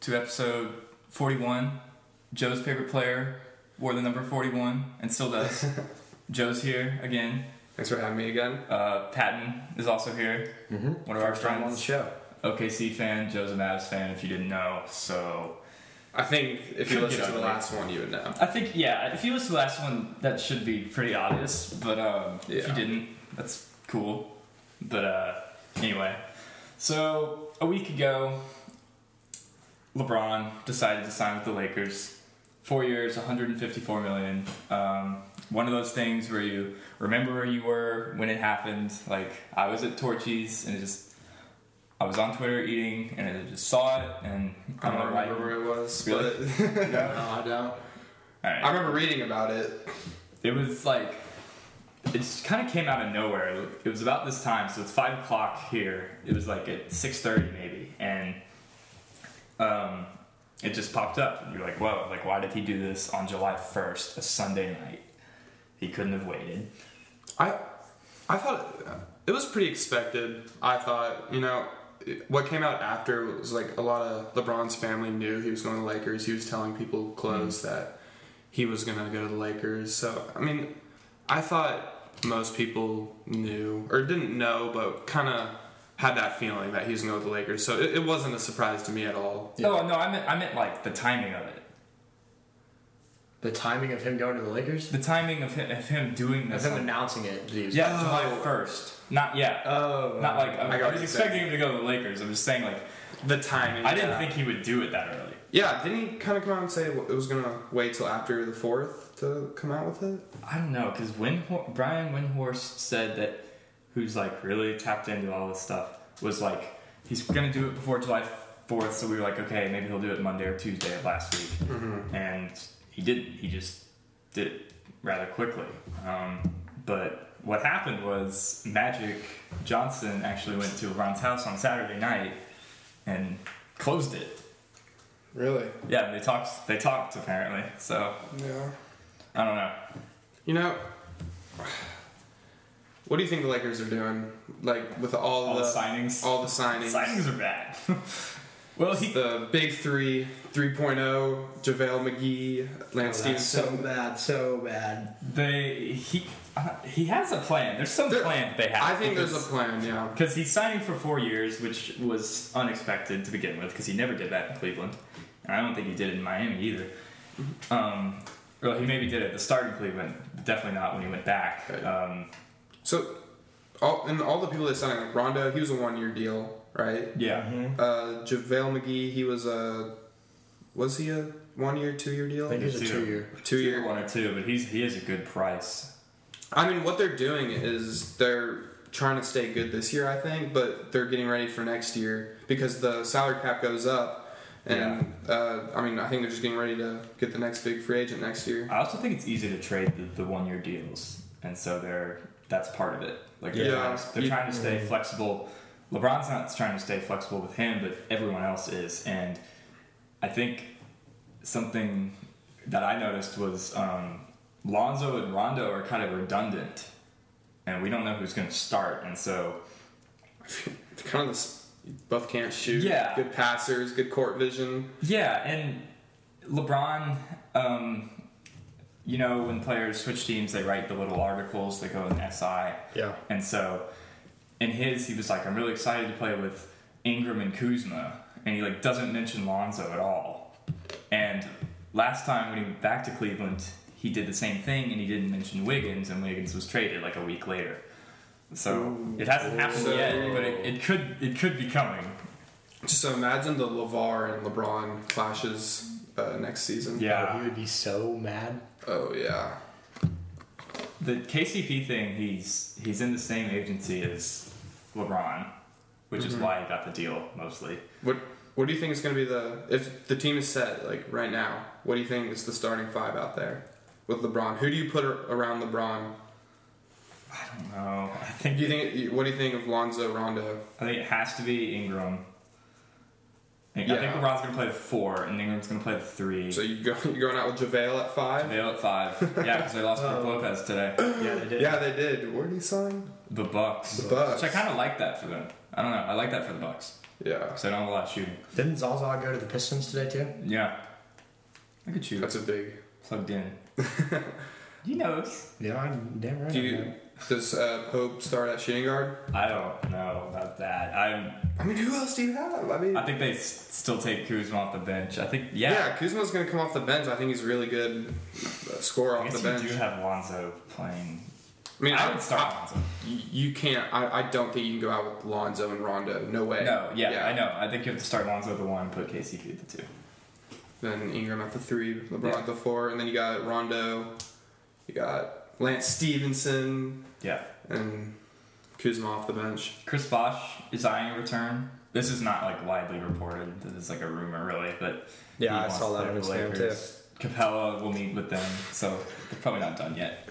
to episode 41. Joe's favorite player wore the number 41 and still does. Joe's here again. Thanks for having me again. Uh, Patton is also here. Mm-hmm. One of our time on the friends. show. OKC fan. Joe's a Mavs fan if you didn't know. So I think if you Could listened get to the ugly. last one, you would know. I think, yeah, if you listened to the last one, that should be pretty obvious. But um, if you Yeah. didn't, that's cool. But uh, anyway, so a week ago, LeBron decided to sign with the Lakers. Four years, 154 million. Um, one of those things where you remember where you were when it happened. Like I was at Torchy's and it just, I was on Twitter eating and I just saw it and I don't I'm like, remember where it was, Really? but No? I don't. all right. I remember reading about it. it was like it just kind of came out of nowhere it was about this time so it's five o'clock here it was like at 6.30 maybe and um, it just popped up and you're like whoa like why did he do this on july 1st a sunday night he couldn't have waited I I thought it was pretty expected. I thought, you know, it- what came out after was like a lot of LeBron's family knew he was going to the Lakers. He was telling people close Mm-hmm. that he was going to go to the Lakers. So, I mean, I thought most people knew or didn't know, but kind of had that feeling that he was going to go to the Lakers. So it, it wasn't a surprise to me at all. oh no I meant, I meant like the timing of it The timing of him going to the Lakers? the timing of him, of him doing Of this him on- announcing it. that he was- yeah Oh. july 1st not yet Oh. not like I i, I got was what you're saying. expecting him to go to the lakers i'm just saying like The timing. i didn't yeah. think he would do it that early Yeah, didn't he kind of come out and say it was going to wait till after the fourth to come out with it? I don't know because Windhor- Brian Windhorst said that who's like really tapped into all this stuff was like he's gonna do it before July fourth. So we were like, okay, maybe he'll do it Monday or Tuesday of last week, and he didn't. He just did it rather quickly. Um, but what happened was Magic Johnson actually went to LeBron's house on Saturday night and closed it. Really? Yeah, they talked. They talked apparently. So Yeah. I don't know. You know, what do you think the Lakers are doing? Like with all, All the the, signings. all the signings, Signings are bad. well, he, the big three, 3.0, JaVale McGee, Oh, Lance that's Stevenson. so bad, so bad. they he uh, he has a plan. There's some There- plan they have. I think there's a plan. Yeah, because he's signing for four years, which was unexpected to begin with, because he never did that in Cleveland, and I don't think he did it in Miami either. Mm-hmm. Um, well, he maybe did it at the start in Cleveland, but definitely not when he went back. Right. Um, so all and all the people they signed, like Rondo, he was a one-year deal, right? yeah, Uh, JaVale McGee, he was a was he a one-year, two-year I deal? think it was a Me too. two year. Two-year. one or two, but he's he is a good price. I mean, what they're doing is they're trying to stay good this year, I think, but they're getting ready for next year because the salary cap goes up. And uh, I mean, I think they're just getting ready to get the next big free agent next year. I also think it's easy to trade the, the one year deals, and so they're that's part of it. Like they're, Yeah. trying, to, they're You- trying to stay flexible. LeBron's not trying to stay flexible with him, but everyone else is. And I think something that I noticed was um, Lonzo and Rondo are kind of redundant, and we don't know who's going to start. And so kind of this, both can't shoot. Yeah. Good passers, good court vision. Yeah, and LeBron, um, you know, when players switch teams, they write the little articles. They go in SI. Yeah. And so, in his, he was like, "I'm really excited to play with Ingram and Kuzma," and he like doesn't mention Lonzo at all. And last time when he went back to Cleveland, he did the same thing, and he didn't mention Wiggins, and Wiggins was traded like a week later. So it hasn't happened So- yet, but it, it could it could be coming. Just so imagine the LeVar and LeBron clashes uh, next season. Oh, he would be so mad. Oh, yeah. The KCP thing, he's he's in the same agency as LeBron, which is why he got the deal mostly. What What do you think is going to be the if the team is set like right now? What do you think is the starting five out there with LeBron? Who do you put ar- around LeBron? I don't know. I Do think you think you- what do you think of Lonzo Rondo? I think it has to be Ingram. I think, I think Yeah. LeBron's gonna play the four, and Ingram's gonna play the three. So you go you going out with Javale at five? They at five. yeah, because they lost Oh. Brook Lopez today. Yeah, they did. Yeah, they did. Where did he sign? The Bucks. The Bucks. Which I kind of like that for them. I don't know. I like that for the Bucks. Yeah, because I don't have a lot of shooting. Didn't Zaza go to the Pistons today too? Yeah, I could shoot. that's a big. plugged in. he knows. Yeah, I'm damn right. Do I you, know. does uh, Pope start at shooting guard? I don't know about that. I'm. I mean, who else do you have? I mean, I think they s- still take Kuzma off the bench. I think. Yeah. yeah. Kuzma's gonna come off the bench. I think he's a really good uh, scorer I off the guess bench. you do have Lonzo playing. I mean, I would start Lonzo. You can't. I, I don't think you can go out with Lonzo and Rondo. No way. No, yeah, I know. I think you have to start Lonzo at the one, put KCP at the two. Then Ingram at the three, LeBron Yeah. at the four, and then you got Rondo, you got Lance Stevenson, Yeah. and Kuzma off the bench. Chris Bosch is eyeing a return. This is not like widely reported. This is like a rumor, really. But he Yeah, I wants saw to that play on with the Instagram, Lakers. Capella will meet with them, so they're probably not done yet.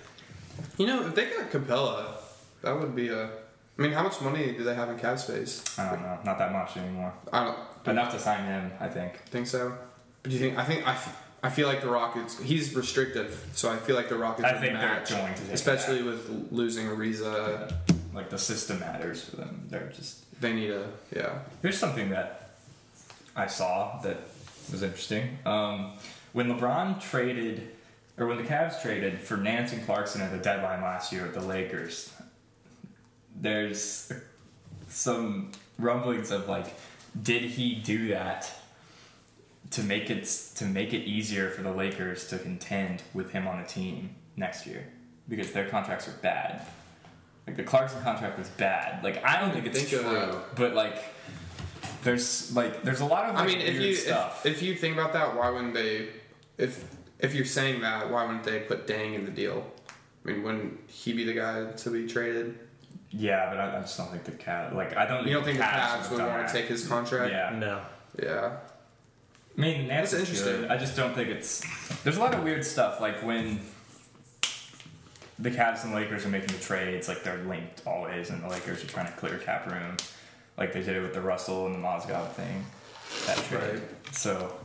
You know, if they got Capella, that would be a. I mean, how much money do they have in cap space? I don't know. Not that much anymore. I don't Enough to sign him, I think. think so. But do you think? I think I. f- I feel like the Rockets. He's restrictive, so I feel like the Rockets. I would think they're match, going to take especially with losing Ariza. Like the system matters for them. They're just They need a yeah. Here's something that I saw that was interesting. Um, when LeBron traded, or when the Cavs traded for Nance and Clarkson at the deadline last year at the Lakers, there's some rumblings of like, did he do that to make it to make it easier for the Lakers to contend with him on the team next year because their contracts are bad. Like the Clarkson contract was bad. Like I don't think it's Think of true, that. but like there's like there's a lot of I like, mean, if weird you stuff. if, if you think about that, why wouldn't they? If if you're saying that, why wouldn't they put Dang in the deal? I mean, wouldn't he be the guy to be traded? yeah, but I, I just don't think the cat like I don't. You don't think the Cavs Cavs would have want done to take his contract? that. Yeah, No. Yeah. I mean Nance That's is interesting. good. I just don't think it's. There's a lot of weird stuff like when the Cavs and Lakers are making the trades, like they're linked always, and the Lakers are trying to clear cap room, like they did it with the Russell and the Mozgov thing, that trade. So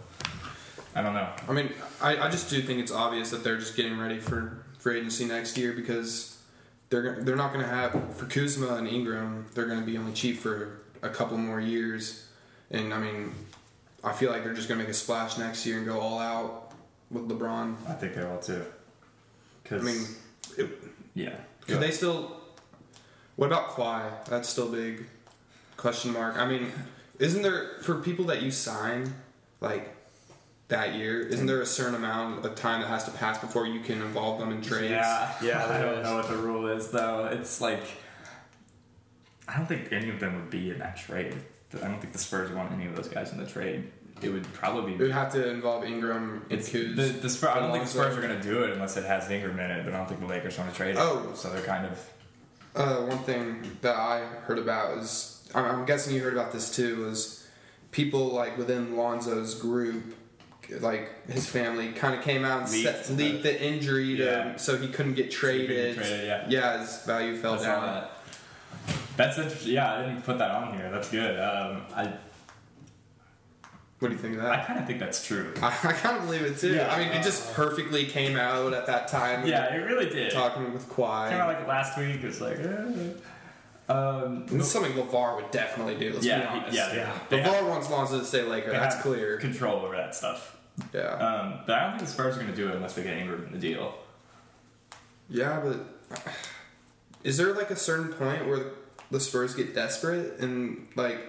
I don't know. I mean, I, I just do think it's obvious that they're just getting ready for free agency next year because they're go- they're not going to have for Kuzma and Ingram. They're going to be only cheap for a couple more years, and I mean, I feel like they're just going to make a splash next year and go all out with LeBron. I think they will too. I Because mean, it, yeah, could they still? What about Kawhi? That's still big question mark. I mean, isn't there for people that you sign like that year? Isn't there a certain amount of time that has to pass before you can involve them in trades? Yeah, Yeah, I there don't is. know what the rule is though. It's like I don't think any of them would be in that trade. I don't think the Spurs want any of those guys in the trade. It would probably It be. would have to involve Ingram and It's the, Kuz. the Spurs. I don't think the Alonzo. Spurs are going to do it unless it has Ingram in it. But I don't think the Lakers want to trade it. Oh. so they're kind of Uh, one thing that I heard about is I'm, I'm guessing you heard about this too is people like within Lonzo's group, like his family, kind of came out and Leaked set, leaked the injury to, Yeah. so he couldn't get couldn't get traded. traded, yeah. his value fell that's all down. that. That's interesting. Yeah, I didn't put that on here. That's good. Um, I What do you think of I that? kind of think that's true. I, I kind of believe it too. Yeah. I mean, it just perfectly came out at that time. Yeah, it really did. Kind talking with Kawhi. of like last week. It was like. eh. Um, It's something LeVar would definitely do. Let's be yeah, honest. yeah, yeah. They have- LeVar wants Lonzo to stay Laker. they That's have clear. Control over that stuff. Yeah. Um, but I don't think the Spurs are going to do it unless they get Ingram in the deal. Yeah, but is there like a certain point where the Spurs get desperate and like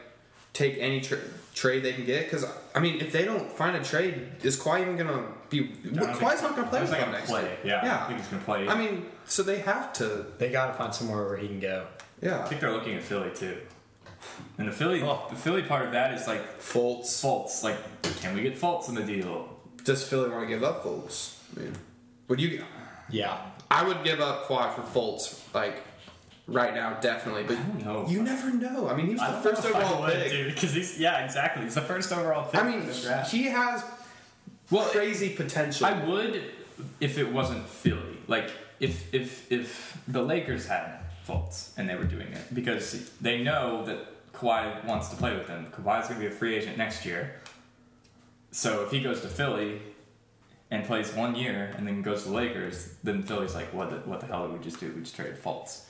take any tra- trade they can get? Because I mean, if they don't find a trade, is Kawhi even gonna be? Well, think- Kawhi's not gonna play I with don't think them he's next gonna year. play. Yeah, I Yeah. think he's going to play. I mean, so they have to. They gotta find somewhere where he can go. I Yeah, think they're looking at Philly too. And the Philly, Oh. the Philly part of that is like Fultz. Fultz. Like, can we get Fultz in the deal? Does Philly want to give up Fultz? I mean, would you? Yeah. I would give up Kawhi for Fultz, like right now, definitely. But don't know. you never know. I mean, he was I the don't first know if I overall would, pick. dude. Because he's yeah, exactly. He's the first overall pick. I mean, in the draft. he has Well, crazy potential. I would if it wasn't Philly. Like if if if the Lakers had faults and they were doing it because they know that Kawhi wants to play with them. Kawhi's going to be a free agent next year. So if he goes to Philly and plays one year and then goes to the Lakers, then Philly's like, what the, what the hell did we just do? We just traded faults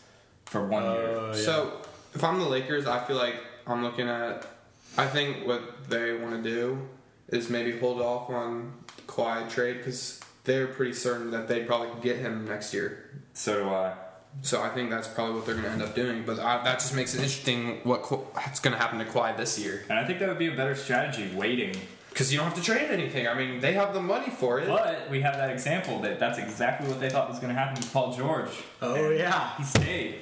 for one year. Uh, yeah. So if I'm the Lakers, I feel like I'm looking at I think what they want to do is maybe hold off on Kawhi trade because they're pretty certain that they probably could get him next year. So uh, do I. So I think that's probably what they're going to end up doing. But I, that just makes it interesting what Ka- what's going to happen to Kawhi this year And I think that would be a better strategy, waiting. because you don't have to trade anything. I mean, they have the money for it. But we have that example that that's exactly what they thought was going to happen with Paul George. Oh, And yeah. he stayed.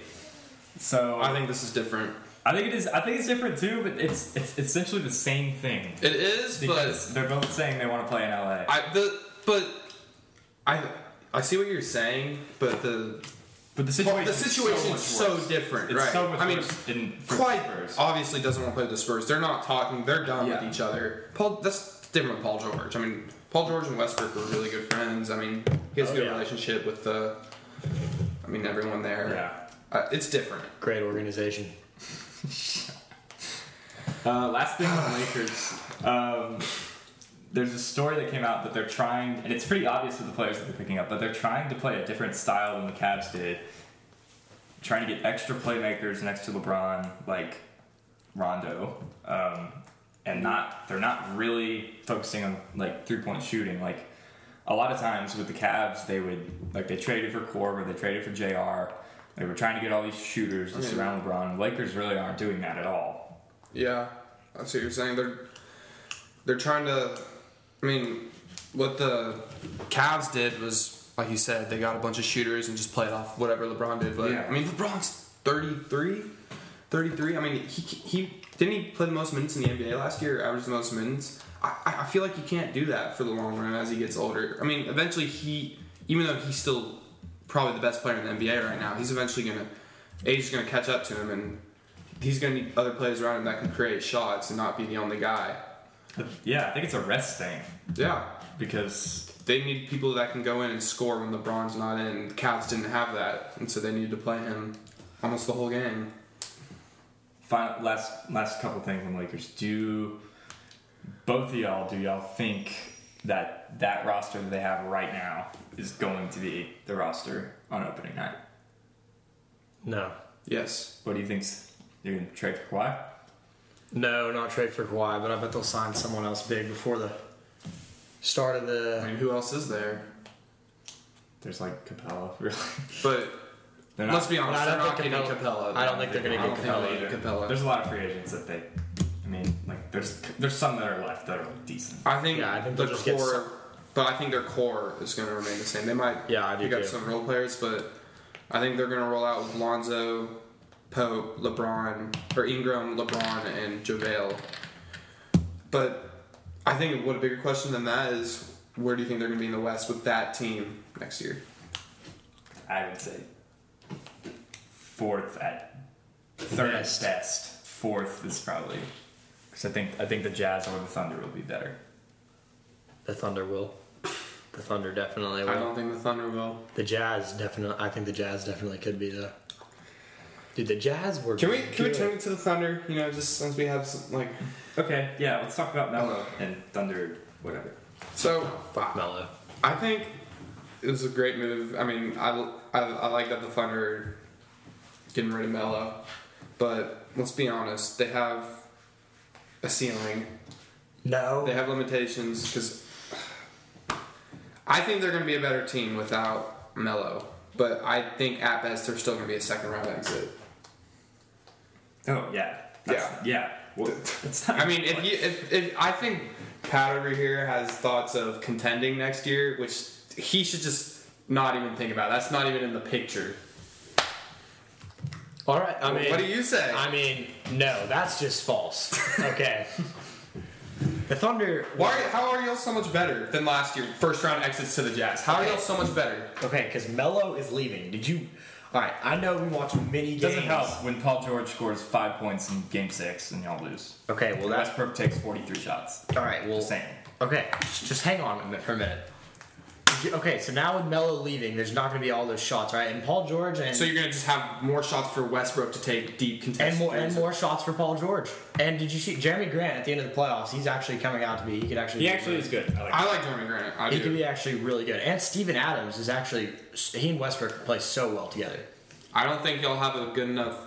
So I think this is different. I think it is. I think it's different too, but it's it's essentially the same thing It is, but because they're both saying they want to play in LA. I the but I I see what you're saying, but the but the the situation situation's so, much worse. different, It's right? so much I mean, worse than for Kawhi Spurs. obviously doesn't want to play with the Spurs. They're not talking. They're done Yeah. with each other. Paul, that's different with Paul George. I mean, Paul George and Westbrook were really good friends. I mean, he has a Oh, good yeah. relationship with the. I mean, everyone there. Yeah. Uh, it's different. Great organization. Uh, last thing on the Lakers. Um, there's a story that came out that they're trying, and it's pretty obvious with the players that they're picking up, but they're trying to play a different style than the Cavs did. Trying to get extra playmakers next to LeBron, like Rondo, um, and not they're not really focusing on like three point shooting. Like a lot of times with the Cavs, they would like they traded for Korver, they traded for Jr. They were trying to get all these shooters to Yeah. surround LeBron. Lakers really aren't doing that at all. Yeah, I see what you're saying. They're they're trying to. I mean, what the Cavs did was, like you said, they got a bunch of shooters and just played off whatever LeBron did. But Yeah. I mean, LeBron's 33, 33. I mean, he he didn't he play the most minutes in the NBA last year, averaged the most minutes. I, I I feel like you can't do that for the long run as he gets older. I mean, eventually he, even though he's still probably the best player in the NBA right now, he's eventually gonna age is gonna catch up to him and he's going to need other players around him that can create shots and not be the only guy. Yeah, I think it's a rest thing Yeah, because they need people that can go in and score when LeBron's not in. The Cavs didn't have that, and so they needed to play him almost the whole game. final, last last couple things on Lakers. Do both of y'all do y'all think that that roster that they have right now is going to be the roster on opening night? No. Yes, What do you think's you're gonna trade for Kawhi? No, not trade for Kawhi, but I bet they'll sign someone else big before the start of I the. mean, who else is there? There's like Capella, really. But They're not- let's be honest, I they're don't not think getting Capella. Capella- I don't think they're gonna I get don't think Capella they get either. Capella. There's a lot of free agents that they. I mean, like there's there's some that are left that are decent. I think, Yeah, I think the they'll just get core, some- but I think their core is going to remain the same. They might Yeah, I do pick up too. some role players, but I think they're going to roll out with Lonzo, Pope, LeBron, or Ingram, LeBron, and JaVale. But I think what a bigger question than that is where do you think they're going to be in the West with that team next year? I would say fourth at third Best. at best. Fourth is probably because I think I think the Jazz or the Thunder will be better. The Thunder will. The Thunder definitely I will. don't think the Thunder will. The Jazz definitely. I think the Jazz definitely could be the. Dude, the Jazz were. Can we can we good. turn it to the Thunder? You know, just since we have some, like Okay, yeah, let's talk about Melo Hello. and Thunder, whatever. so. Melo? I think it was a great move. I mean, I, I, I like that the Thunder getting rid of Melo, but let's be honest, they have a ceiling. No. They have limitations because I think they're going to be a better team without Melo. But I think at best they're still going to be a second round exit. Oh yeah, That's- yeah. Well, it's not, I mean, if you if, if I think Pat over here has thoughts of contending next year, which he should just not even think about. That's not even in the picture. All right. I mean, what do you say? I mean, no, that's just false. Okay. the Thunder. Why? How are y'all so much better than last year? First round exits to the Jazz. How are y'all so much better? Okay, because Melo is leaving. Did you? All right. I know we watch many games. it doesn't help when Paul George scores five points in Game Six and y'all lose. Okay. Well, that's Westbrook takes forty-three shots. all right. Well, Just saying. Okay, just just hang on a minute, for a minute. Okay, so now with Melo leaving, there's not going to be all those shots, right? And Paul George and So you're gonna just have more shots for Westbrook to take deep and contested more and threes. more shots for Paul George. And did you see Jeremy Grant at the end of the playoffs? He's actually coming out to be. He could actually. He be actually really- is good. I like I like Jeremy Grant. I He could do. be actually really good. And Steven Adams is actually. He and Westbrook play so well together. I don't think y'all have a good enough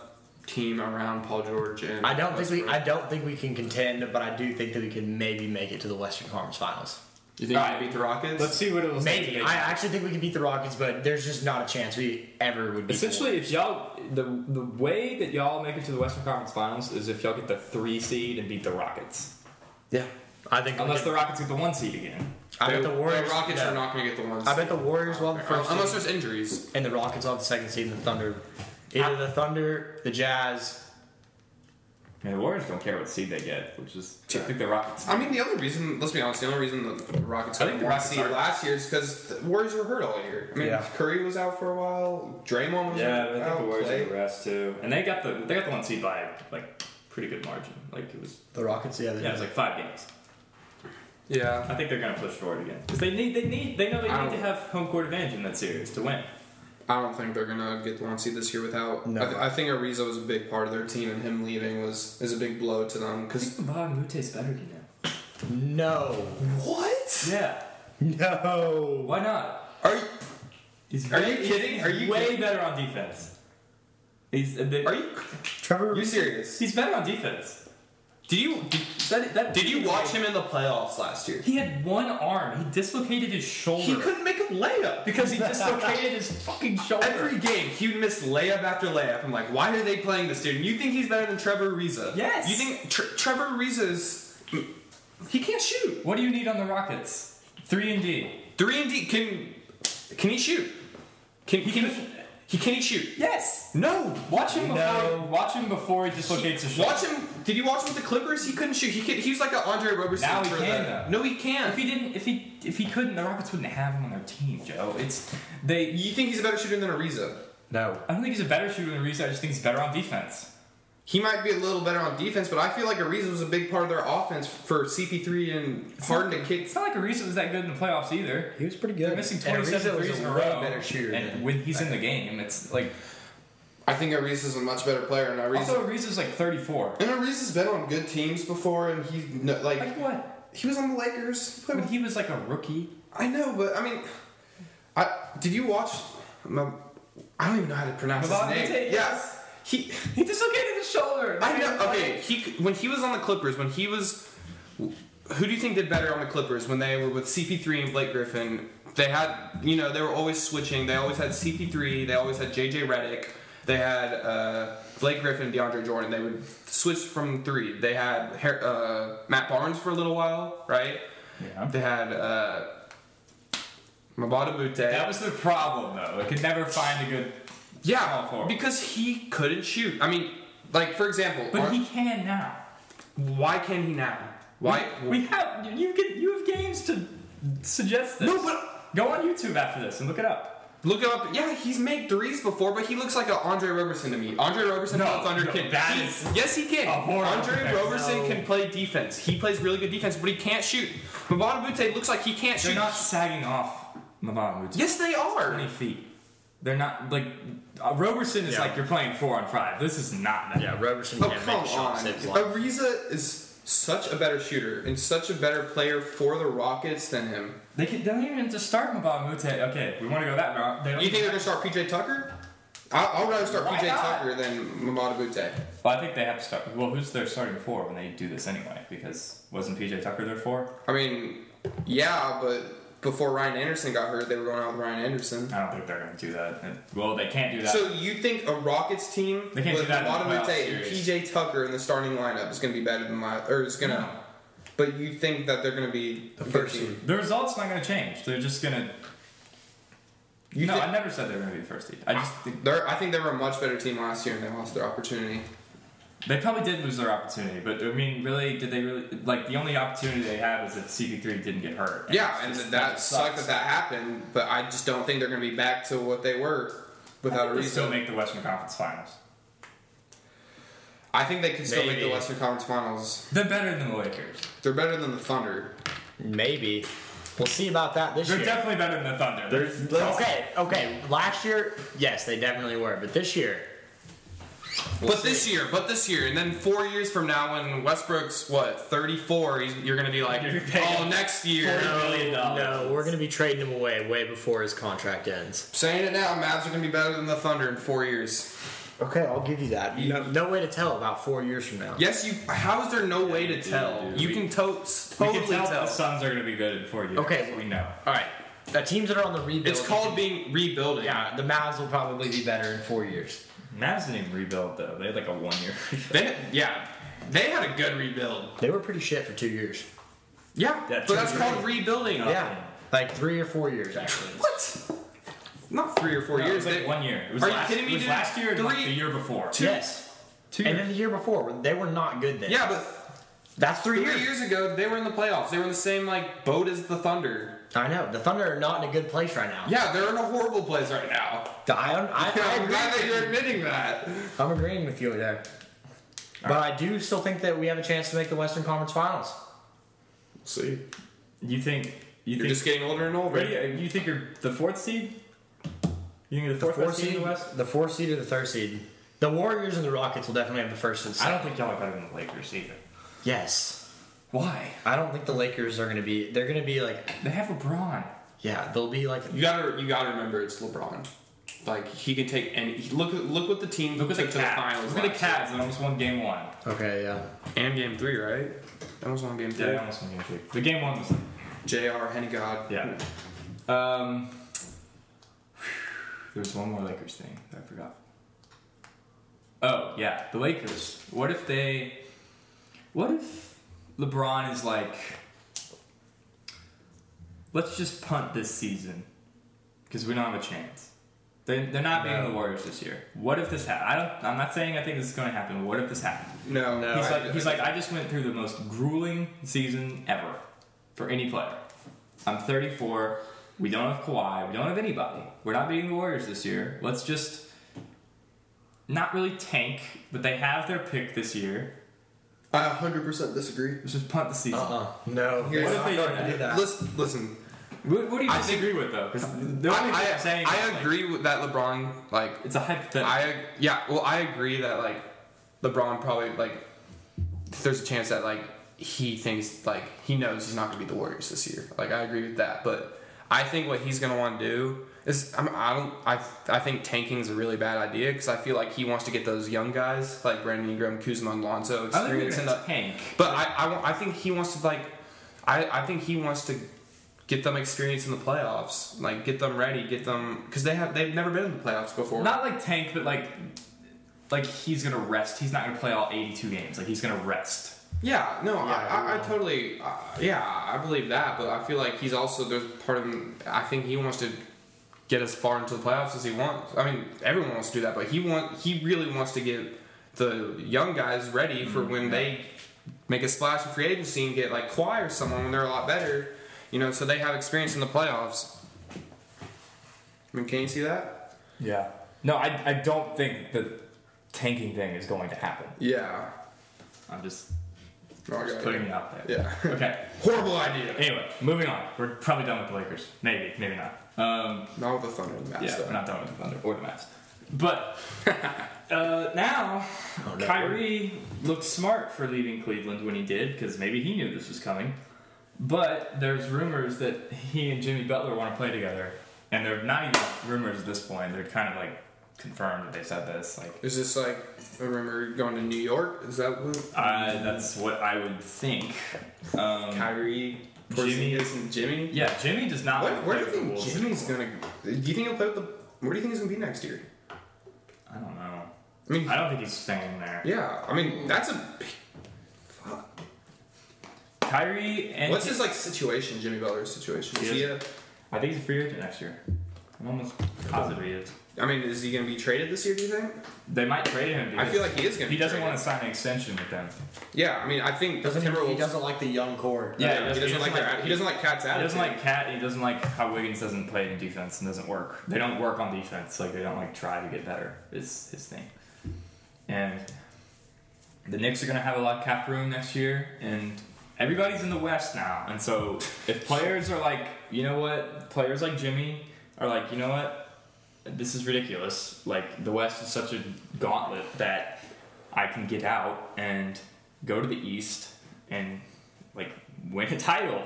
team around Paul George and I don't think we. Westbrook. I don't think we can contend, but I do think that we can maybe make it to the Western Conference Finals. you think Alright. we beat the Rockets? Let's see what it was. Maybe. I actually think we can beat the Rockets, but there's just not a chance we ever would. Beat Essentially, if y'all the the way that y'all make it to the Western Conference Finals is if y'all get the three seed and beat the Rockets. them. yeah, I think. we Unless can- the Rockets get the one seed again. I bet They- the Warriors. Rockets no. are not going to get the ones. Uh, I bet the Warriors will have the first, unless seed, there's injuries. and the Rockets will have the second seed, and the Thunder. Either the Thunder, the Jazz. I mean, the Warriors don't care what seed they get, which is I Sure. think the Rockets. I mean, the other reason, let's be honest, the only reason the Rockets I got think the the one Rockets seed are- last year is because the Warriors were hurt all year. I mean, Yeah. Curry was out for a while. Draymond was yeah, out. but I think the Warriors Clay. have the rest too, and they got the they got the one seed by like pretty good margin. Like it was The Rockets, yeah, the yeah, it was like five games. Yeah. I think they're gonna push forward again because they need they need they know they I need to don't- have home court advantage in that series to win. I don't think they're gonna get the one seed this year without. No. I, th- I think Ariza was a big part of their team, and him leaving was is a big blow to I them. Because think Mbah Mute is better than them. no, what? Yeah, no. why not? Are you, He's Are way- you kidding? he's Are you way better on defense? He's uh, they- are you Trevor, are you serious? he's better on defense. Do you did, That, that, did you watch him in the playoffs last year? He had one arm. He dislocated his shoulder. He couldn't make a layup because he dislocated his fucking shoulder. every game. He would miss layup after layup. I'm like, why are they playing this dude? And you think he's better than Trevor Ariza? Yes. You think Tr- Trevor Ariza's he can't shoot what do you need on the Rockets? Three and D. three and D can can he shoot? Can he can he can he shoot? Yes. No. Watch him before. No. Watch him before he dislocates his shoulder. Watch him. Did you watch him with the Clippers? He couldn't shoot. He could, he was like an Andre Roberson. Now he for can, the- though. No, he can't. If he didn't, if he if he couldn't, the Rockets wouldn't have him on their team, Joe. It's they. you think he's a better shooter than Ariza? no. I don't think he's a better shooter than Reese. I just think he's better on defense. He might be a little better on defense, but I feel like Ariza was a big part of their offense for CP3 and Harden to kick. It's not like Reese was that good in the playoffs either. He was pretty good. They're missing And 27 Ariza was threes in a a way row. better shooter and than- when he's in the game, it's like I think Ariza's a much better player, and Ariza. also Reese is like 34. and Ariza's been on good teams before, and he no, like Like what? he was on the Lakers. He played When with- he was like a rookie. I know, but I mean, I did you watch? My, I don't even know how to pronounce his Mavon name. Mate, yes. Yes, he. He dislocated his shoulder. I know. Okay, he c- when he was on the Clippers, when he was, who do you think did better on the Clippers when they were with CP3 and Blake Griffin? They had, you know, they were always switching. They always had CP3. They always had JJ Redick. They had uh, Blake Griffin, DeAndre Jordan. They would switch from three. They had Har- uh, Matt Barnes for a little while, right? Yeah. They had uh, Mabata Bute. That was the problem, though. It could never find a good. small yeah, forward. because he couldn't shoot. I mean, like for example, But Ar- he can now. why can he now? Why? We have you get you have games to suggest this. No, but- go on YouTube after this and look it up. Look him up. Yeah, he's made threes before, but he looks like an Andre Roberson to me. Andre Roberson No, from Thunder no, can. that he- is yes, he can. a horrible Andre comparison. Roberson No. can play defense. He plays really good defense, but he can't shoot. Mabata Butte looks like he can't They're shoot. not sagging off Mabon. It's yes, they are. 20 feet. They're not like uh, Roberson is Yeah. like you're playing four on five. This is not that. Yeah, Roberson Oh can't come make shots. on! at his line. Ariza is such a better shooter and such a better player for the Rockets than him. They, can, they don't even have to start Mabon Mute. Okay, we want to go that route. They don't You think they're gonna start PJ Tucker? I, I'd rather start Why PJ not? Tucker than Mabata Butte. Well, I think they have to start. Well, who's their starting four when they do this anyway? Because wasn't PJ Tucker their four? I mean, yeah, but before Ryan Anderson got hurt, they were going out with Ryan Anderson. I don't think they're going to do that. And- Well, they can't do that. So you think a Rockets team They can't with do that in the Wadamute playoff and series. PJ Tucker in the starting lineup is going to be better than my or is going to? No. But you think that they're going to be The a good first seed. the results not going to change. They're just going to. You no, thi- I never said they were going to be first seed. I just think They're, I think they were a much better team last year and they lost their opportunity. they probably did lose their opportunity. But I mean, really, did they really? Like the only opportunity they had was if CP3 didn't get hurt. yeah, it's and just- that just sucked that sucks. that happened. But I just don't think they're going to be back to what they were without a They still reason. make the Western Conference Finals. I think they can still make Maybe. the Western Conference Finals. They're better than the Lakers. They're better than the Thunder. Maybe we'll see about that this They're year. definitely better than the Thunder. There's okay, okay. Last year, yes, they definitely were, but this year, but this year, but this year, and then four years from now, when Westbrook's what thirty four, you're gonna be like, You're paying oh, next year. $40 million no, we're gonna be trading him away way before his contract ends. Saying it now, Mavs are gonna be better than the Thunder in four years. Okay, I'll give you that. You- No, no way to tell about four years from now. Yes, you. How is there no way to dude, tell? dude, you we- can to- totally we can tell, tell. the Suns are going to be good in four years. Okay. we know. All right, the teams that are on the rebuild. It's called being rebuilding. Yeah, the Mavs will probably be better in four years. Mavs didn't even rebuild though. They had like a one year. They, yeah, they had a good rebuild. They were pretty shit for two years. Yeah, That's but that's true. called rebuilding. Yeah, like three or four years actually. What? Not three or four No, it years. was like They- one year. It was Are you last, kidding me, It was dude? last year and like Three- the year before. Yes. Two And years. then the year before, they were not good then. Yeah, but That's three, three years. years ago they were in the playoffs. They were in the same like boat as the Thunder. I know. The Thunder are not in a good place right now. Yeah, they're in a horrible place right now. The- I, I, I I'm agree glad that with you're you. admitting that. I'm agreeing with you there. But I do still think that we have a chance to make the Western Conference Finals. See, You think you you're think just getting older and older. What do you, you think you're the fourth seed? You think you're the The fourth, four best seed seed, in the West? the four seed, or the third seed. The Warriors and the Rockets will definitely have the first and I second. don't think y'all are better than the Lakers either. Yes, Why? I don't think the Lakers are going to be. They're going to be like, They have LeBron. yeah, they'll be like. You gotta, you gotta remember it's LeBron. Like he can take any. he- Look, look what the team Look at the took to the Cavs. finals. Look at last the Cavs. They almost won Game One. Okay, yeah, year. and game three, right? That was on game Yeah, three. they almost won Game Three. The Game One was like, Jr. Henny God. yeah. Um, there was one more Lakers thing that I forgot. Oh yeah, the Lakers. What if they? What if LeBron is like? Let's just punt this season because we don't have a chance. They, they're not beating No. the Warriors this year. What if this happens? I don't. I'm not saying I think this is going to happen. But what if this happened? No, no. he's Oh, I- like, he's like, I just went through the most grueling season ever for any player. I'm 34. We don't have Kawhi. We don't have anybody. We're not beating the Warriors this year. Let's just not really tank, but they have their pick this year. I 100% disagree. Let's just punt the season. uh, Uh-huh. uh no. Here's- they're What if not they gonna did do that? Listen, listen. What, what do you I disagree with though? Because the only thing I, I'm saying, I is, like, agree with that LeBron. Like, it's a hypothetical. I yeah. Well, I agree that like LeBron probably like there's a chance that like he thinks like he knows he's not gonna be the Warriors this year. Like I agree with that, but I think what he's gonna want to do is I'm, I don't I I think tanking's a really bad idea because I feel like he wants to get those young guys like Brandon Ingram, Kuzma, and Lonzo I think experience it's in a the tank. but I, I, wa- I think he wants to like, I, I think he wants to get them experience in the playoffs, like get them ready, get them because they have they've never been in the playoffs before. Not like tank, but like like he's gonna rest. He's not gonna play all 82 games. Like he's gonna rest. yeah, no, I, I, I yeah. totally, uh, yeah, I believe that, but I feel like he's also there's part of him. I think he wants to get as far into the playoffs as he wants. I mean, everyone wants to do that, but he want he really wants to get the young guys ready for when they make a splash in free agency and get like Kawhi or someone when they're a lot better, you know, so they have experience in the playoffs. I mean, can you see that? Yeah. No, I, I don't think the tanking thing is going to happen. Yeah. I'm just Oh, I got putting it. it out there. Yeah. Okay. Horrible idea. Anyway, moving on. We're probably done with the Lakers. Maybe, maybe not. Um, Not with the Thunder and the Mavs, yeah, though. we're not done with the Thunder or the Mavs. But uh, now, Kyrie looked smart for leaving Cleveland when he did, because maybe he knew this was coming. But there's rumors that he and Jimmy Butler want to play together, and they're not even rumors at this point. They're kind of like confirmed that they said this. Like, Is this like a rumor going to New York? Is that what Uh, that's what I would think. Um, Kyrie, Jimmy- Porzingis, and Jimmy? yeah, Jimmy does not. What, want to where play do you with the think Wolves. Jimmy's gonna? Do you think he'll play with the? Where do you think he's gonna be next year? I don't know. I mean, I don't think he's staying there. yeah. I mean, that's a. big- Fuck. Kyrie and What's his like situation? Jimmy Butler's situation. Is He he a? I think he's a free agent next year. I'm almost positive he is. I mean, is he gonna be traded this year? Do you think? They might trade him. I Because feel like he is gonna. he be doesn't traded. want to sign an extension with them. Yeah, I mean, I think the Doesn't he, he Timberwolves. doesn't like the young core. Yeah, he doesn't, like, their, he doesn't like Cat's He attitude. doesn't like Cat. He doesn't like how Wiggins doesn't play in defense and doesn't work. They don't work on defense. Like they don't like try to get better. Is his thing. And the Knicks are gonna have a lot of cap room next year, and everybody's in the West now. And so if players are like, you know what, players like Jimmy are like, you know what, this is ridiculous. Like the West is such a gauntlet that I can get out and go to the East and like win a title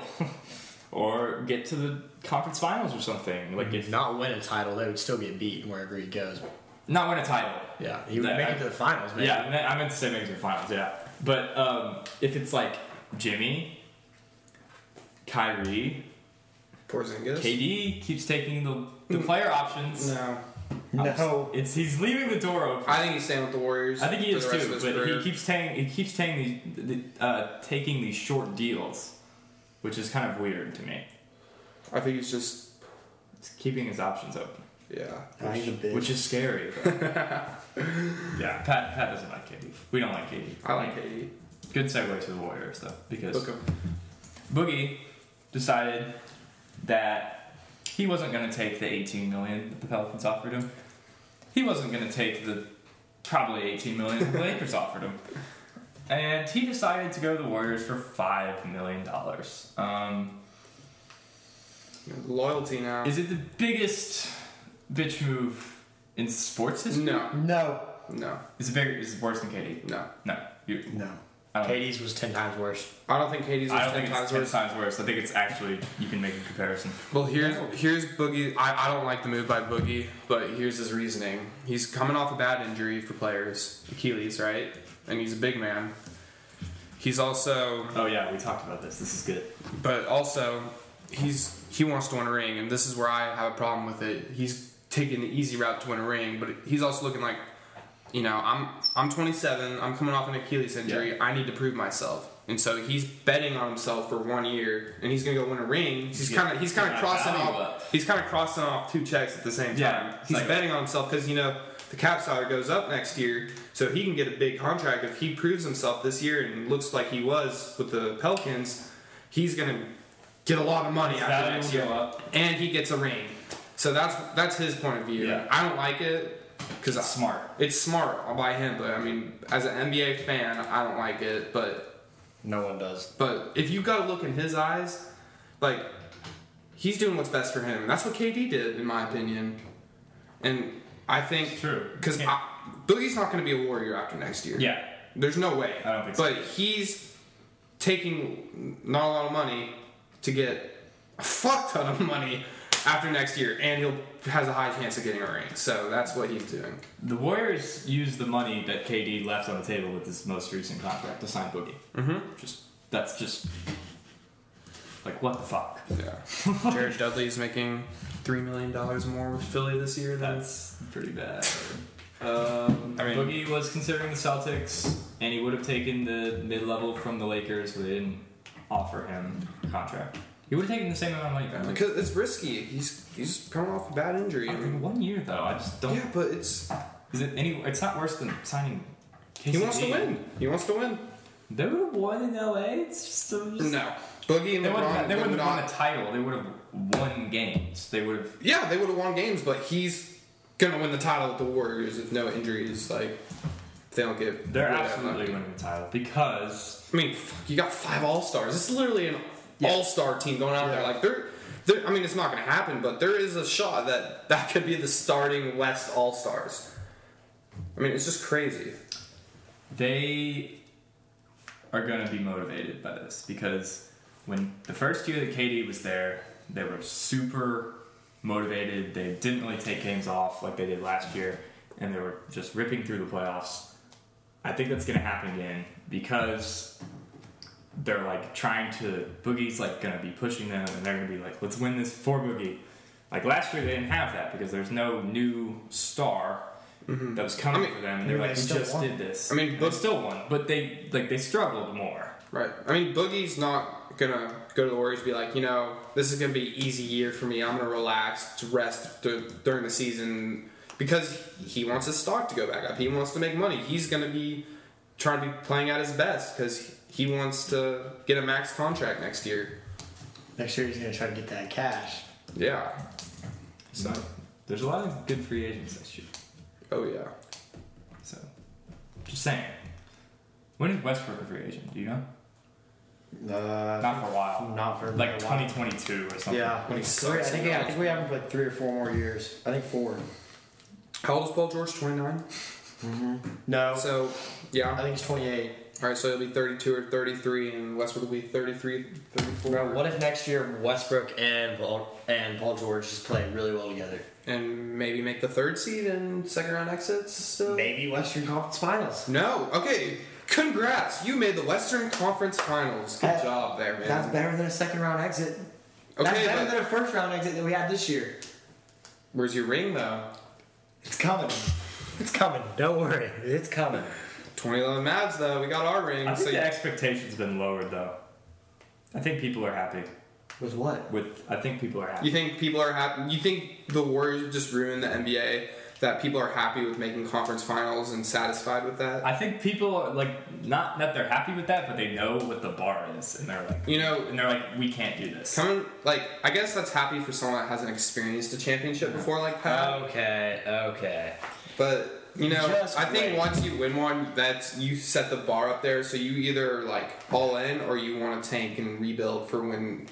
or get to the conference finals or something. Like if Not win a title, they would still get beat wherever he goes. Not win a title. Yeah, he would That- make it to the finals, man. Yeah, I meant- I meant to say make it to the finals. Yeah, but um, if it's like Jimmy, Kyrie, Porzingis. KD keeps taking the, the player options. No, No. It's he's leaving the door open. I think he's staying with the Warriors. I think he for is the rest too, of his but career. he keeps taking he keeps taking these uh, taking these short deals, which is kind of weird to me. I think he's just It's keeping his options open, yeah. Ah, he's a bitch. which is scary. but- yeah, Pat Pat doesn't like KD. We don't like KD. I like KD. Good segue to the Warriors though, because Look him. Boogie decided that he wasn't going to take the 18 million that the Pelicans offered him. He wasn't going to take the probably 18 million that the Lakers offered him. And he decided to go to the Warriors for five million dollars. Um, Loyalty now. is it the biggest bitch move in sports history? no, No. no, Is it bigger? Is it worse than KD? no. No, you, No. I don't, Katie's was ten times worse. I don't think KD's I was don't ten think it's times ten worse. times worse. I think it's actually you can make a comparison. Well, here's here's Boogie. I, I don't like the move by Boogie, but here's his reasoning. He's coming off a bad injury for players, Achilles, right? And he's a big man. He's also, Oh yeah, we talked about this. This is good. but also, he's he wants to win a ring, and this is where I have a problem with it. He's taking the easy route to win a ring, but he's also looking like, you know, I'm I'm 27. I'm coming off an Achilles injury. I need to prove myself. And so he's betting on himself for one year, and he's gonna go win a ring. He's Yeah. kind of he's kind Yeah, of crossing value off up. He's kind of crossing off two checks at the same time. Yeah, it's he's like- betting on himself because you know the cap salary goes up next year, so he can get a big contract if he proves himself this year and looks like he was with the Pelicans. He's gonna get a lot of money His after value next will year, go up. and he gets a ring. So that's that's his point of view. Yeah. I don't like it because It's smart. It's smart by him, but I mean, as an NBA fan, I don't like it. But No one does. but if you gotta look in his eyes, like he's doing what's best for him. That's what KD did, in my opinion. And I think It's true. because Yeah. Boogie's not gonna be a warrior after next year. Yeah. there's no way. I don't think so. but he's taking not a lot of money to get a fuck ton of money after next year, and he'll has a high chance of getting a ring. So that's what he's doing. The Warriors used the money that KD left on the table with his most recent contract to sign Boogie. Mm-hmm. Just that's just like what the fuck. Yeah, Jared Dudley's making three million dollars more with Philly this year than That's pretty bad. Um, I mean- Boogie was considering the Celtics, and he would have taken the mid-level from the Lakers, but they didn't offer him a contract. He would have taken the same amount of money. Back. Because it's risky. He's he's coming off a bad injury. I mean, one year though, I just don't. yeah, but it's Is it any? It's not worse than signing. he wants to KCP. win. He wants to win. They would have won in LA. It's just, I'm just No, Boogie and They wouldn't, LeBron they would wouldn't have won a not. title. They would have won games. They would have. Yeah, they would have won games, but he's gonna win the title with the Warriors with no injuries. Like if they don't get. They're yeah, absolutely like- winning the title because I mean, fuck, you got five All Stars. It's literally an Yeah. All Star team going out there. Yeah. Like they're. There, I mean, it's not going to happen, but there is a shot that that could be the starting West All Stars. I mean, it's just crazy. they are going to be motivated by this because when the first year that KD was there, they were super motivated. They didn't really take games off like they did last year, and they were just ripping through the playoffs. I think that's going to happen again because they're like trying to Boogie's like going to be pushing them, and they're going to be like, let's win this for Boogie. Like last year, they didn't have that because there's no new star that was coming Mm-hmm. I mean, for them, and they're they like, we still just won. did this. I mean, they but- still won, but they like they struggled more. Right. I mean, Boogie's not gonna go to the Warriors and be like, you know, this is gonna be an easy year for me. I'm gonna relax to rest dur- during the season because he wants his stock to go back up. He wants to make money. He's gonna be trying to be playing at his best because he wants to get a max contract next year. Next year he's gonna try to get that cash. Yeah. So Mm-hmm. there's a lot of good free agents this year. Oh yeah. So just saying, when is Westbrook a free agent? Do you know? Uh, Not for a while, not for like another while. 2022 or something. Yeah, When he three, I sucks, think he yeah, I knows. think we have him for like three or four more years. I think four. How old is Paul George? Twenty nine. No, So I yeah. think it's twenty eight. All right, so it'll be 32 or 33, and Westwood will be 33, 34. Bro, what if next year Westbrook and Paul, and Paul George just play really well together? and maybe make the third seed and second round exits still? Maybe Western Conference Finals. No. Okay. Congrats. You made the Western Conference Finals. Good That- job there, man. That's better than a second round exit. That's okay, better but than a first round exit that we had this year. where's your ring though? It's coming. It's coming. Don't worry. It's coming. 2011 Mavs though. We got our ring. I think so the expectation's been lowered though. I think people are happy With what? with. I think people are happy. you think people are happy? You think the Warriors just ruined the NBA? That people are happy with making conference finals and satisfied with that? I think people are like not that they're happy with that, but they know what the bar is, and they're like, You know- and they're like, we can't do this. Coming like I guess that's happy for someone that hasn't experienced a championship before like Pat. Okay, okay. But you know, Just I think wait. once you win one, that's you set the bar up there. So you either like all in, or you want to tank and rebuild for when,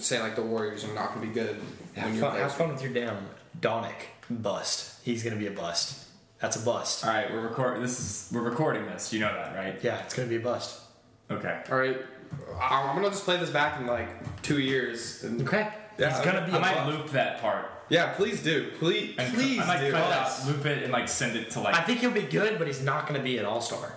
say, like the Warriors are not going to be good. Have when you're fun, have fun with your damn Donick bust. He's gonna be a bust. That's a bust. All right, we're record. This is we're recording this. You know that, right? Yeah, it's gonna be a bust. Okay. All right, I'm gonna just play this back in like two years. and- Okay. Yeah, He's I- gonna be I a might bust. loop that part. Yeah, please do, please, And please I might do. cut it out, loop it, and like send it to I like. think he'll be good, but he's not gonna be an all star.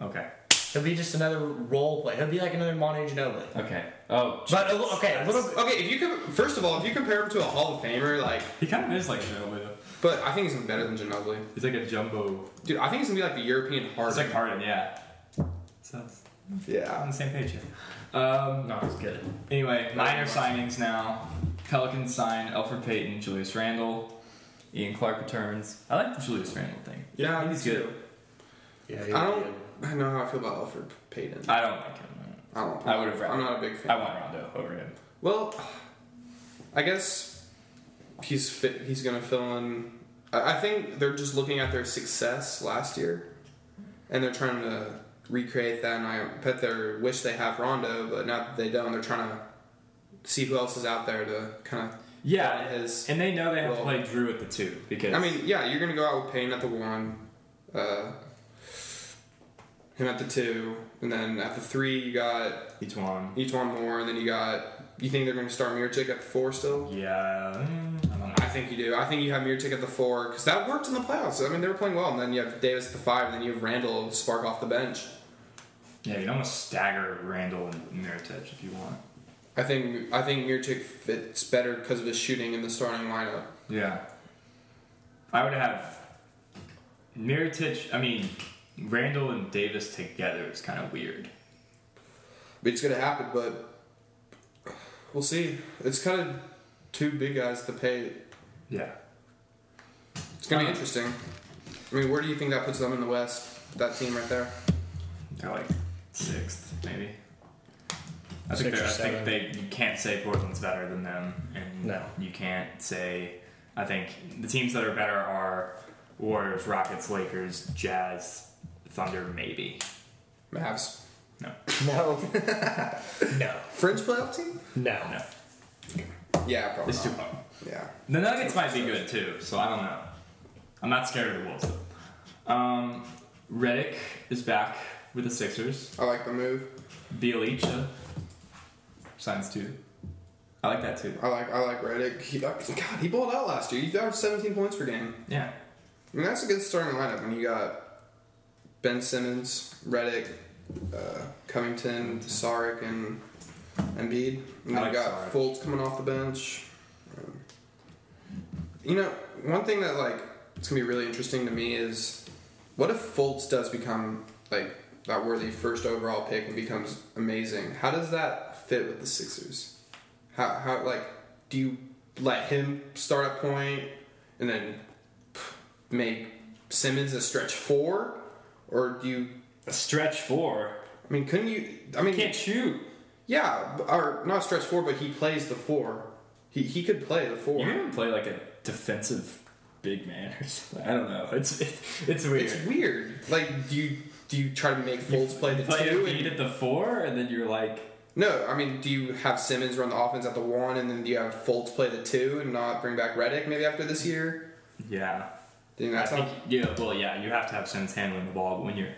Okay. He'll be just another role play. He'll be like another Monte Ginobili. Okay. Oh. But a li- okay, a little bit. Okay, if you could, first of all, if you compare him to a Hall of Famer, like, He kind of is like Ginobili. though. but I think he's gonna be better than Ginobili, He's like a jumbo. dude. I think he's gonna be like the European Harden. It's like Harden, yeah. So it's on yeah, the same page here. Um, No, he's good. Anyway, minor much. signings now. Pelicans sign Alfred Payton, Julius Randle, Ian Clark returns. I like the Julius Randle thing. yeah, he's he's good. good. Yeah, I don't, I know how I feel about Alfred Payton. I don't like him. I don't. I would have. I'm not a big fan. I want Rondo over him. Well, I guess he's fit, he's gonna fill in. I, I think they're just looking at their success last year, and they're trying to recreate that. And I bet they wish they have Rondo, but now that they don't, they're trying to see who else is out there to kind of. Yeah, his- and they know they have to well- play Drew at the two because I mean, yeah, you're gonna go out with Payne at the one, uh, him at the two, and then at the three you got each one. each one more, and then you got. You think they're gonna start Mirchick at the four still? Yeah, mm, I don't know. I think you do. I think you have Mirtic at the four because that worked in the playoffs. I mean, they were playing well, and then you have Davis at the five, and then you have Randall spark off the bench. Yeah, you can almost stagger Randle and Miritich if you want. I think I think Mirtic fits better because of his shooting in the starting lineup. Yeah, I would have Miritich. I mean, Randall and Davis together is kind of weird. But it's gonna happen, but we'll see. It's kind of two big guys to pay. Yeah. It's gonna be interesting. I mean, where do you think that puts them in the West? That team right there. They're like sixth, maybe. I Six think, they're- or I seven. think they. You can't say Portland's better than them, and No. you can't say. I think the teams that are better are Warriors, Rockets, Lakers, Jazz, Thunder, maybe. Mavs. No. no. Fringe playoff team. No. No, Yeah, probably. it's too not. hard. Yeah. The Nuggets might be good too, so I don't know. I'm not scared of the Wolves. Though. Um, Reddick is back with the Sixers. I like the move. Bielicha signs two. I like that too. I like I like Redick. He, uh, God, he balled out last year. He averaged 17 points per game. Yeah. I mean, that's a good starting lineup when you got Ben Simmons, Reddick, uh, Covington, Saric, and Embiid. And I then like you Saric. got Fultz coming off the bench. Um, You know, one thing that like it's gonna be really interesting to me is what if Fultz does become like that worthy first overall pick and becomes amazing? How does that fit with the Sixers? How how like do you let him start at point and then make Simmons a stretch four, or do you? A stretch four. I mean, couldn't you? I mean, Can't shoot. yeah, or not stretch four, but he plays the four. He he could play the You four. can play like a defensive big man or something. I don't know. It's it, it's weird. It's weird. Like, do you do you try to make Fultz play the play two? a beat and- at the four, and then you're like, no, I mean, do you have Simmons run the offense at the one, and then do you have Fultz play the two, and not bring back Reddick maybe after this year? yeah. Then that's I how. think yeah. Well, yeah. You have to have Simmons handling the ball, but when you're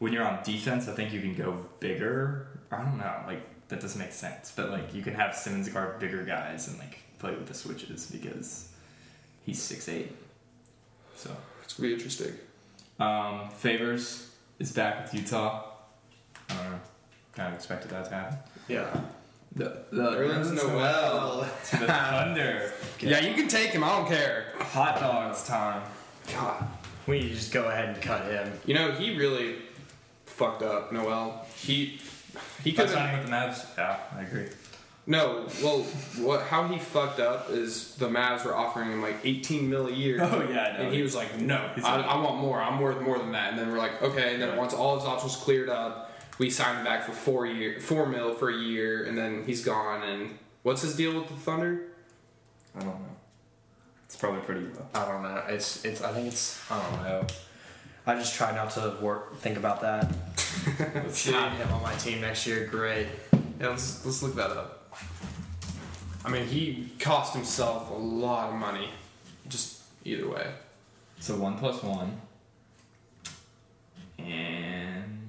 when you're on defense, I think you can go bigger. I don't know, like that doesn't make sense, but like you can have Simmons guard bigger guys and like play with the switches because he's six eight. So It's gonna be interesting. um, Favors is back with Utah. I don't know. Kind of expected that to happen. Yeah. The, the Nerlens Noel. to the Thunder. Yeah, you can take him. I don't care. Hot dogs time. God. We need to just go ahead and cut him. You know, he really fucked up, Noel. He he By could have signing with the Mavs. Yeah, I agree. No, well, what how he fucked up is the Mavs were offering him like 18 mil a year. Oh, yeah, I know. and he was like, "No, He's I, like- I want more. I'm worth more than that." And then we're like, "Okay." And then Right. once all his options cleared up, we signed him back for four year, four mil for a year, and then he's gone. And what's his deal with the Thunder? I don't know. It's probably pretty low. I don't know. It's it's. I think it's. I don't know. I just try not to work. Think about that. Let's see. Have him on my team next year. Great. Yeah, let's let's look that up. I mean, he cost himself a lot of money. Just either way, So one plus one. And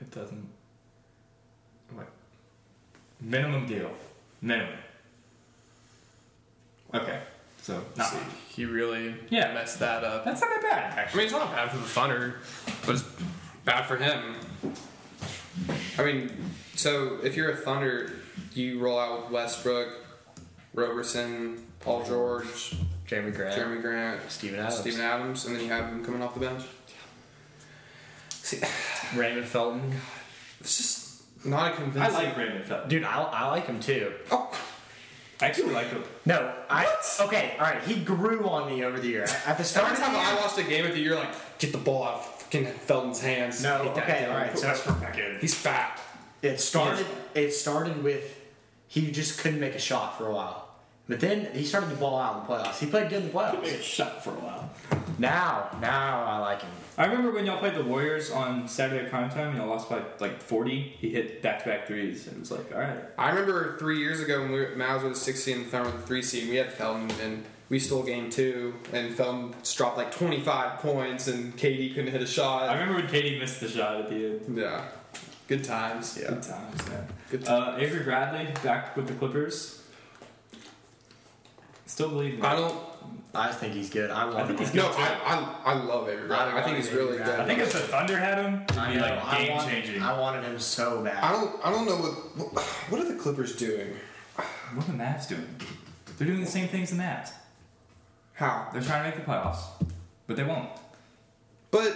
it doesn't wait. Minimum deal. Minimum. Okay. So not See, he really Yeah. messed that up. that's not that bad, I actually. mean, it's not bad for the Thunder, but it's bad for him. I mean, so if you're a Thunder, you roll out with Westbrook, Roberson, Paul George, Jeremy Grant. Jeremy Grant, Steven Adams. Steven Adams, and then you have him coming off the bench. See, Raymond Felton. it's just not a I convincing. like Raymond Felton. Dude, I, I like him too. Oh, I actually like him. No, I. Okay, all right. He grew on me over the year. At the start every of the time I year. watched a game with you, you're like, get the ball out of fucking Felton's hands. No. Get that Okay. down. All right. So back in. He's fat. It started. It started with he just couldn't make a shot for a while, but then he started to ball out in the playoffs. He played good in the playoffs. shot for a while. Now, now I like him. I remember when y'all played the Warriors on Saturday primetime and y'all lost by like 40. He hit back to back threes and it was like, all right. I remember three years ago when we were, Mavs were the six seed and Thunder were the three seed. We had Felton and we stole game two, and Felton dropped like 25 points, and KD couldn't hit a I shot. remember when Katie missed the shot at the end. Yeah, good times. Good times, man. Good times. Uh, Avery Bradley back with the Clippers. Still believe in I it. don't. I think he's good. I want think him. he's No, I, I, I love Avery. Bradley. I think he's really good. I think if the Thunder had him, it'd be I know, like I game want- changing. I wanted him so bad. I don't. I don't know what. What are the Clippers doing? What are the Mavs doing? They're doing the same things the Mavs. How? They're trying to make the playoffs, but they won't. But,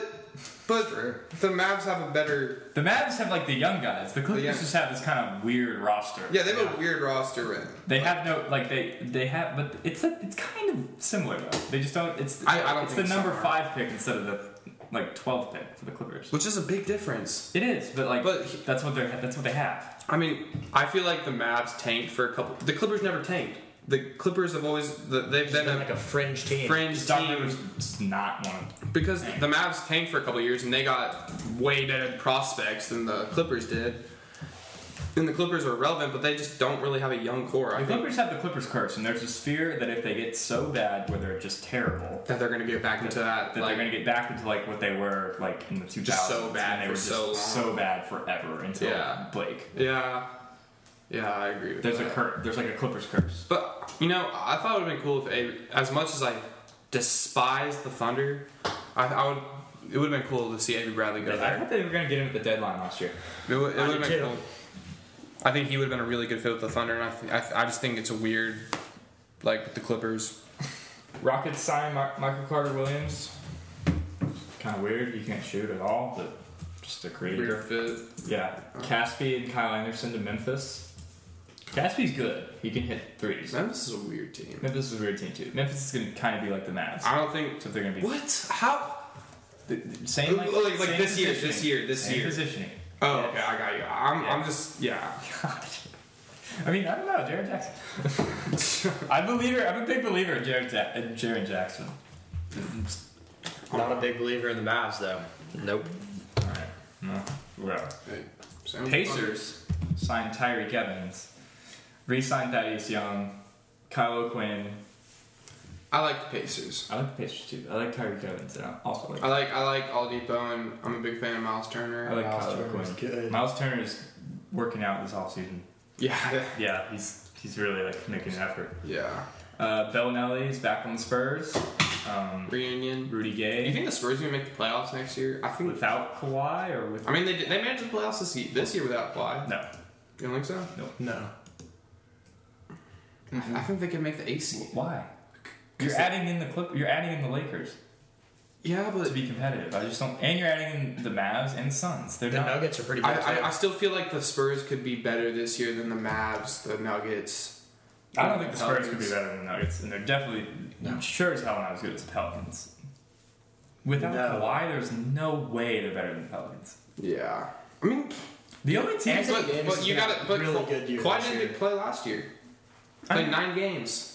but the Mavs have a better. The Mavs have like the young guys. The Clippers Yeah. just have this kind of weird roster. Yeah, they have a weird roster. In. They have no like they they have, but it's a, it's kind of similar though. They just don't. It's I- I don't it's think the so, number Mark. five pick instead of the like twelve pick for the Clippers. which is a big difference. It is, but like But he- that's what they're that's what they have. I mean, I feel like the Mavs tanked for a couple. The Clippers never tanked. The Clippers have always the, they've He's been, been like a fringe a team. fringe Doc Rivers team is not one. of them. because the Mavs tanked for a couple years and they got way better prospects than the Clippers did. And the Clippers are relevant, but they just don't really have a young core. I The think Clippers have the Clippers curse, and there's this fear that if they get so bad where they're just terrible, that they're going to get back into that. that like, they're going to get back into like what they were like in the 2000s. Just so bad and they for were just so long. so bad forever until Yeah. Blake. yeah, yeah, I agree. With There's that. a cur- There's like a Clippers curse. But you know, I thought it would have been cool if, Avery, as much as I despise the Thunder, I, I would. It would have been cool to see Avery Bradley go I there. thought they were going to get him at the deadline last year. It would, it I would have been do too. cool. I think he would have been a really good fit with the Thunder, and I, th- I, th- I just think it's a weird, like the Clippers. Rockets sign Mar- Michael Carter Williams. Kind of weird. He can't shoot at all, but just a creator. fit. Yeah. Caspi and Kyle Anderson to Memphis. Caspi's good. He can hit threes. Memphis is a weird team. Memphis is a weird team too. Memphis is going to kind of be like the Mavs. I don't think. So they're going to be What? How? the- the same like, Like, like, same this year, positioning. this year, this Same year. positioning. Oh, okay, I got you. I'm, I'm Yeah. just, yeah. God. I mean, I don't know, Jared Jackson. I believe I'm a big believer in Jared, ja- in Jared Jackson. Not a big believer in the Mavs though. Nope. All right. No. Whatever. Pacers signed Tyreek Evans, re-signed Thaddeus Young, Kyle Quinn. I like the Pacers. I like the Pacers too. I like Tyreek Evans, and I also like. I like I like Oladipo, and I'm a big fan of Miles Turner. I like Miles Kyler Turner's Quinn. good. Miles Turner is working out this offseason. yeah, Yeah, he's he's really like making an effort. yeah. Uh, Bellinelli is back on the Spurs. Um, Reunion. Rudy Do you Gay think the Spurs are gonna make the playoffs next year? I think. without Kawhi or with I mean, they, did- they managed the playoffs this year, this year without Kawhi. no. You don't think so? No. I, I think they could make the AC. Why? You're adding in the clip. You're adding in the Lakers Yeah, to but be competitive. I just don't. And you're adding in the Mavs and Suns. They're The not. Nuggets are pretty good. I, I, I too. still feel like the Spurs could be better this year than the Mavs, the Nuggets. I don't think the Spurs could be Pelicans. better than the Nuggets, and they're definitely No. sure as hell not as good as the Pelicans. Without No. Kawhi, there's no way they're better than the Pelicans. Yeah. I mean, The only team, Anthony but, Davis but has you been got a to But really Ka- good year Kawhi this didn't year. get play last year. I Played mean- nine games.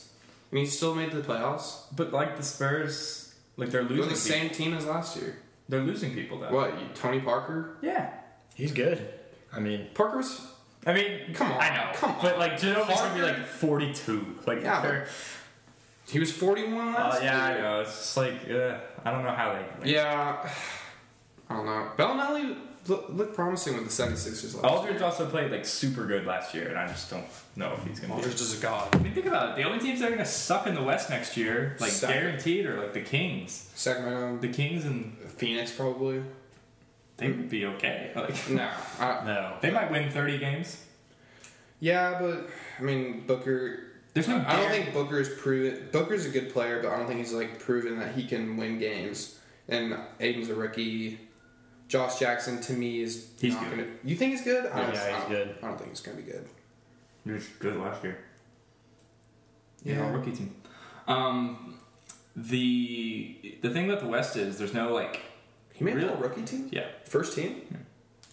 And he still made the playoffs. but like the Spurs, like they're They're losing. the people. same team as last year. They're losing people though. What? You, Tony Parker? Yeah. He's good. I mean, Parker's. I mean, Come on, I know, come on. but like Ginobili's gonna be Parker- like 42. Like, Yeah, they're- He was 41 uh, last yeah, I year. know. It's just like uh, I don't know how they. Like, Yeah. I don't know. Bellinelli lo- looked promising with the 76ers last Aldridge also played like super good last year, and I just don't know if he's gonna. be. Aldridge is a god. I mean, think about it. The only teams that are going to suck in the West next year, like Suck. guaranteed, are like the Kings. Sacramento. The Kings and Phoenix, probably. they would be okay. Like, No. I, no, they might win thirty games. yeah, but, I mean, Booker. There's no. I don't guar- think Booker's proven. Booker's a good player, but I don't think he's like proven that he can win games. And Aiden's a rookie. Josh Jackson to me is He's not good. Gonna, you think he's good? I don't, Yeah, he's I don't- good. I don't think he's gonna be good. he was good last year. Yeah. Yeah, rookie team. Um, the the thing about the West is there's no like. He made Really? the rookie team, Yeah, first team.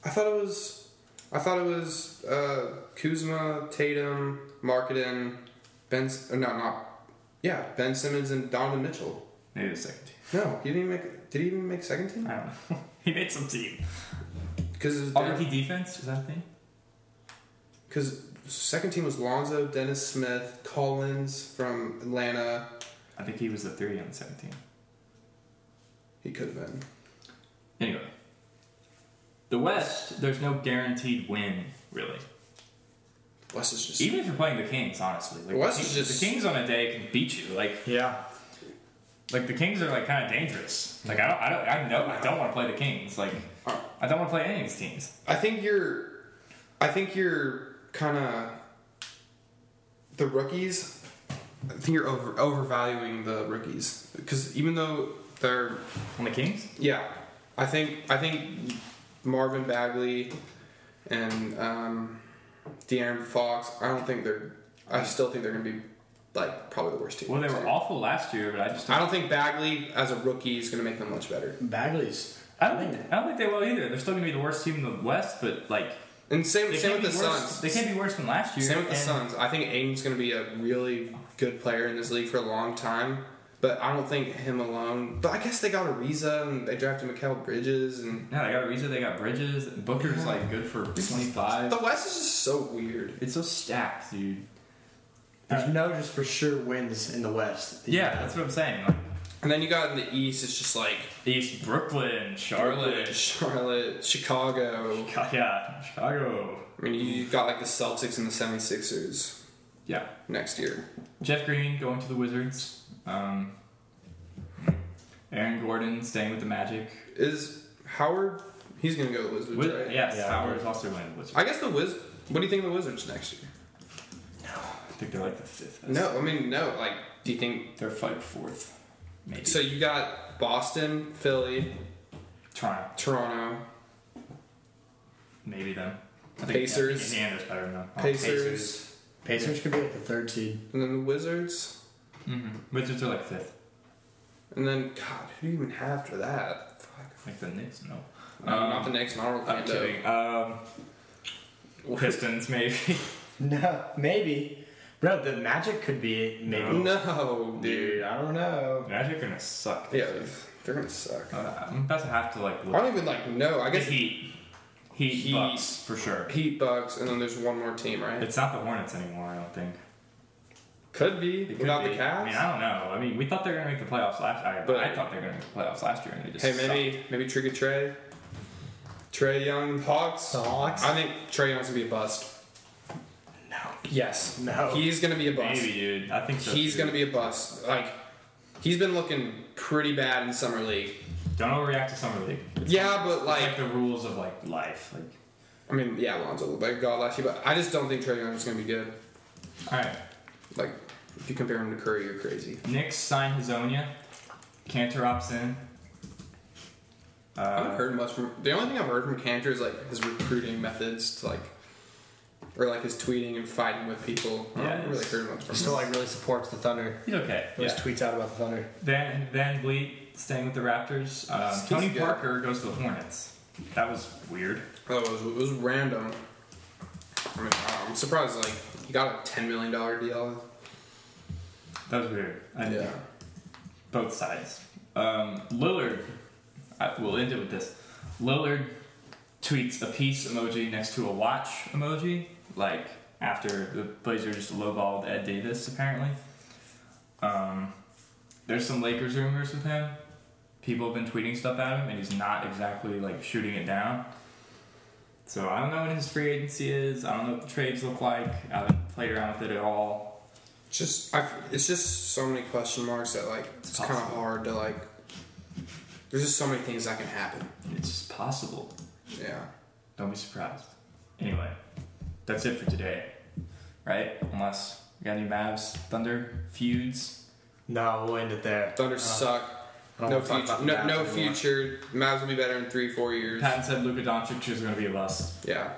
I thought it was. I thought it was uh, Kuzma, Tatum, Marketing, Ben. uh, No, not. Yeah, Ben Simmons and Donovan Mitchell. maybe the second team. No, he didn't make. Did he even make second team? I don't know. he made some team. Because All rookie defense is that a thing? Because second team was Lonzo, Dennis Smith, Collins from Atlanta. I think he was the three on the second team. He could have been. Anyway, the West there's no guaranteed win really. Wes is just. Even if you're playing the Kings, honestly, like Wes the, is Kings, just- the Kings on a day can beat you. Like yeah. like the Kings are like kind of dangerous. Like I don't I don't I know I don't want to play the Kings. Like Uh, I don't want to play any of these teams. I think you're. I think you're kind of. The rookies. I think you're over overvaluing the rookies because even though they're On the Kings, yeah, I think I think Marvin Bagley and um, De'Aaron Fox. I don't think they're. I still think they're gonna be like probably the worst team. well they next were year. awful last year, but I just I don't think Bagley as a rookie is going to make them much better. Bagley's. I don't think I don't think they will either. They're still gonna be the worst team in the West, but like And same they same can't with the be worse. Suns. They can't be worse than last year. Same with the and Suns. I think Aiden's going to be a really good player in this league for a long time, but I don't think him alone. But I guess they got Ariza and they drafted Mikel Bridges and Yeah, they got Ariza, they got Bridges. Booker's like good for twenty five. the West is just so weird. It's so stacked, dude. There's no just for sure wins in the West. Yeah, that's what I'm saying. Like And then you got in the East, it's just like East Brooklyn, Charlotte, Charlotte, Chicago. God, yeah, Chicago. I mean, you got like the Celtics and the 76ers Yeah. next year. Jeff Green going to the Wizards. Um, Aaron Gordon staying with the Magic. Is Howard? He's going to go to the Wizards, Wiz- right? yes, Yeah. Howard is also going to the Wizards. I guess the Wiz. What do you think of the Wizards next year? I think they're like the fifth. best. No, I mean no. Like, do you think? they're like fourth, maybe. So you got Boston, Philly, Toronto, Toronto, maybe them. I think, Pacers. I think Indiana's better than them. Oh, Pacers, Pacers could be like the third seed. and then the Wizards, hmm Wizards are like fifth. and then God, who do you even have after that? Fuck. Like the Knicks, no. No, not the next. Not Um, I'm Orlando. kidding. Um, Pistons, maybe. No, maybe. Bro, the Magic could be it, maybe. No, dude. Dude, I don't know. Magic are gonna suck. Yeah, this year. they're gonna suck. I Uh, I'm about to have to like look. don't even like know. I The guess Heat, Heat, Heat. Bucks for sure. Heat, Bucks, and then there's one more team, right? It's not the Hornets anymore. I don't think. Could be It could without be. the Cavs. I mean, I don't know. I mean, we thought they were gonna make the playoffs last. I, But- I thought they were gonna make the playoffs last year, and they just hey, maybe maybe Trigger Trey, Trey Young Hawks. The Hawks? I think Trey Young's gonna be a bust. No. Yes. No. He's gonna be a sucked. bust. maybe dude. I think so He's too. gonna be a bust. Like he's been looking pretty bad in summer league. Don't overreact to summer league. It's Yeah, but like, like the rules of like life. Like, I mean, yeah, Lonzo looked like a god last year, but I just don't think Trey Young's gonna be good. all right, Like if you compare him to Curry, you're crazy. Knicks sign Hazonia. Cantor opts in. I haven't Uh, heard much from. The only thing I've heard from Cantor is like his recruiting methods to like, or like his tweeting and fighting with people. I Yeah, haven't really it's- heard much from. Still him. like really supports the Thunder. he's okay. Those yeah. tweets out about the Thunder. Van Van Vliet staying with the Raptors. Um, He's Tony good. Parker goes to the Hornets. That was weird. Oh, it was, it was random. I mean, wow, I'm surprised. Like he got a ten million dollar deal. That was weird. I, both sides. Um, Lillard, I, we'll end it with this. Lillard tweets a peace emoji next to a watch emoji, like after the Blazers lowballed Ed Davis, apparently. Um, there's some Lakers rumors with him. People have been tweeting stuff at him, and he's not exactly like shooting it down. So I don't know what his free agency is. I don't know what the trades look like. I haven't played around with it at all. It's just I. It's just so many question marks that like it's, kind of possible. hard to like. There's just so many things that can happen. It's just possible. Yeah. Don't be surprised. Anyway, that's it for today, right? Unless you got any Mavs, Thunder, feuds. No, we'll end it there. Thunder Uh, suck. I don't No wanna talk future. about the No, no Mavs anymore. future. Mavs will be better in three, four years. Patton said Luka Doncic is going to be a bust. Yeah.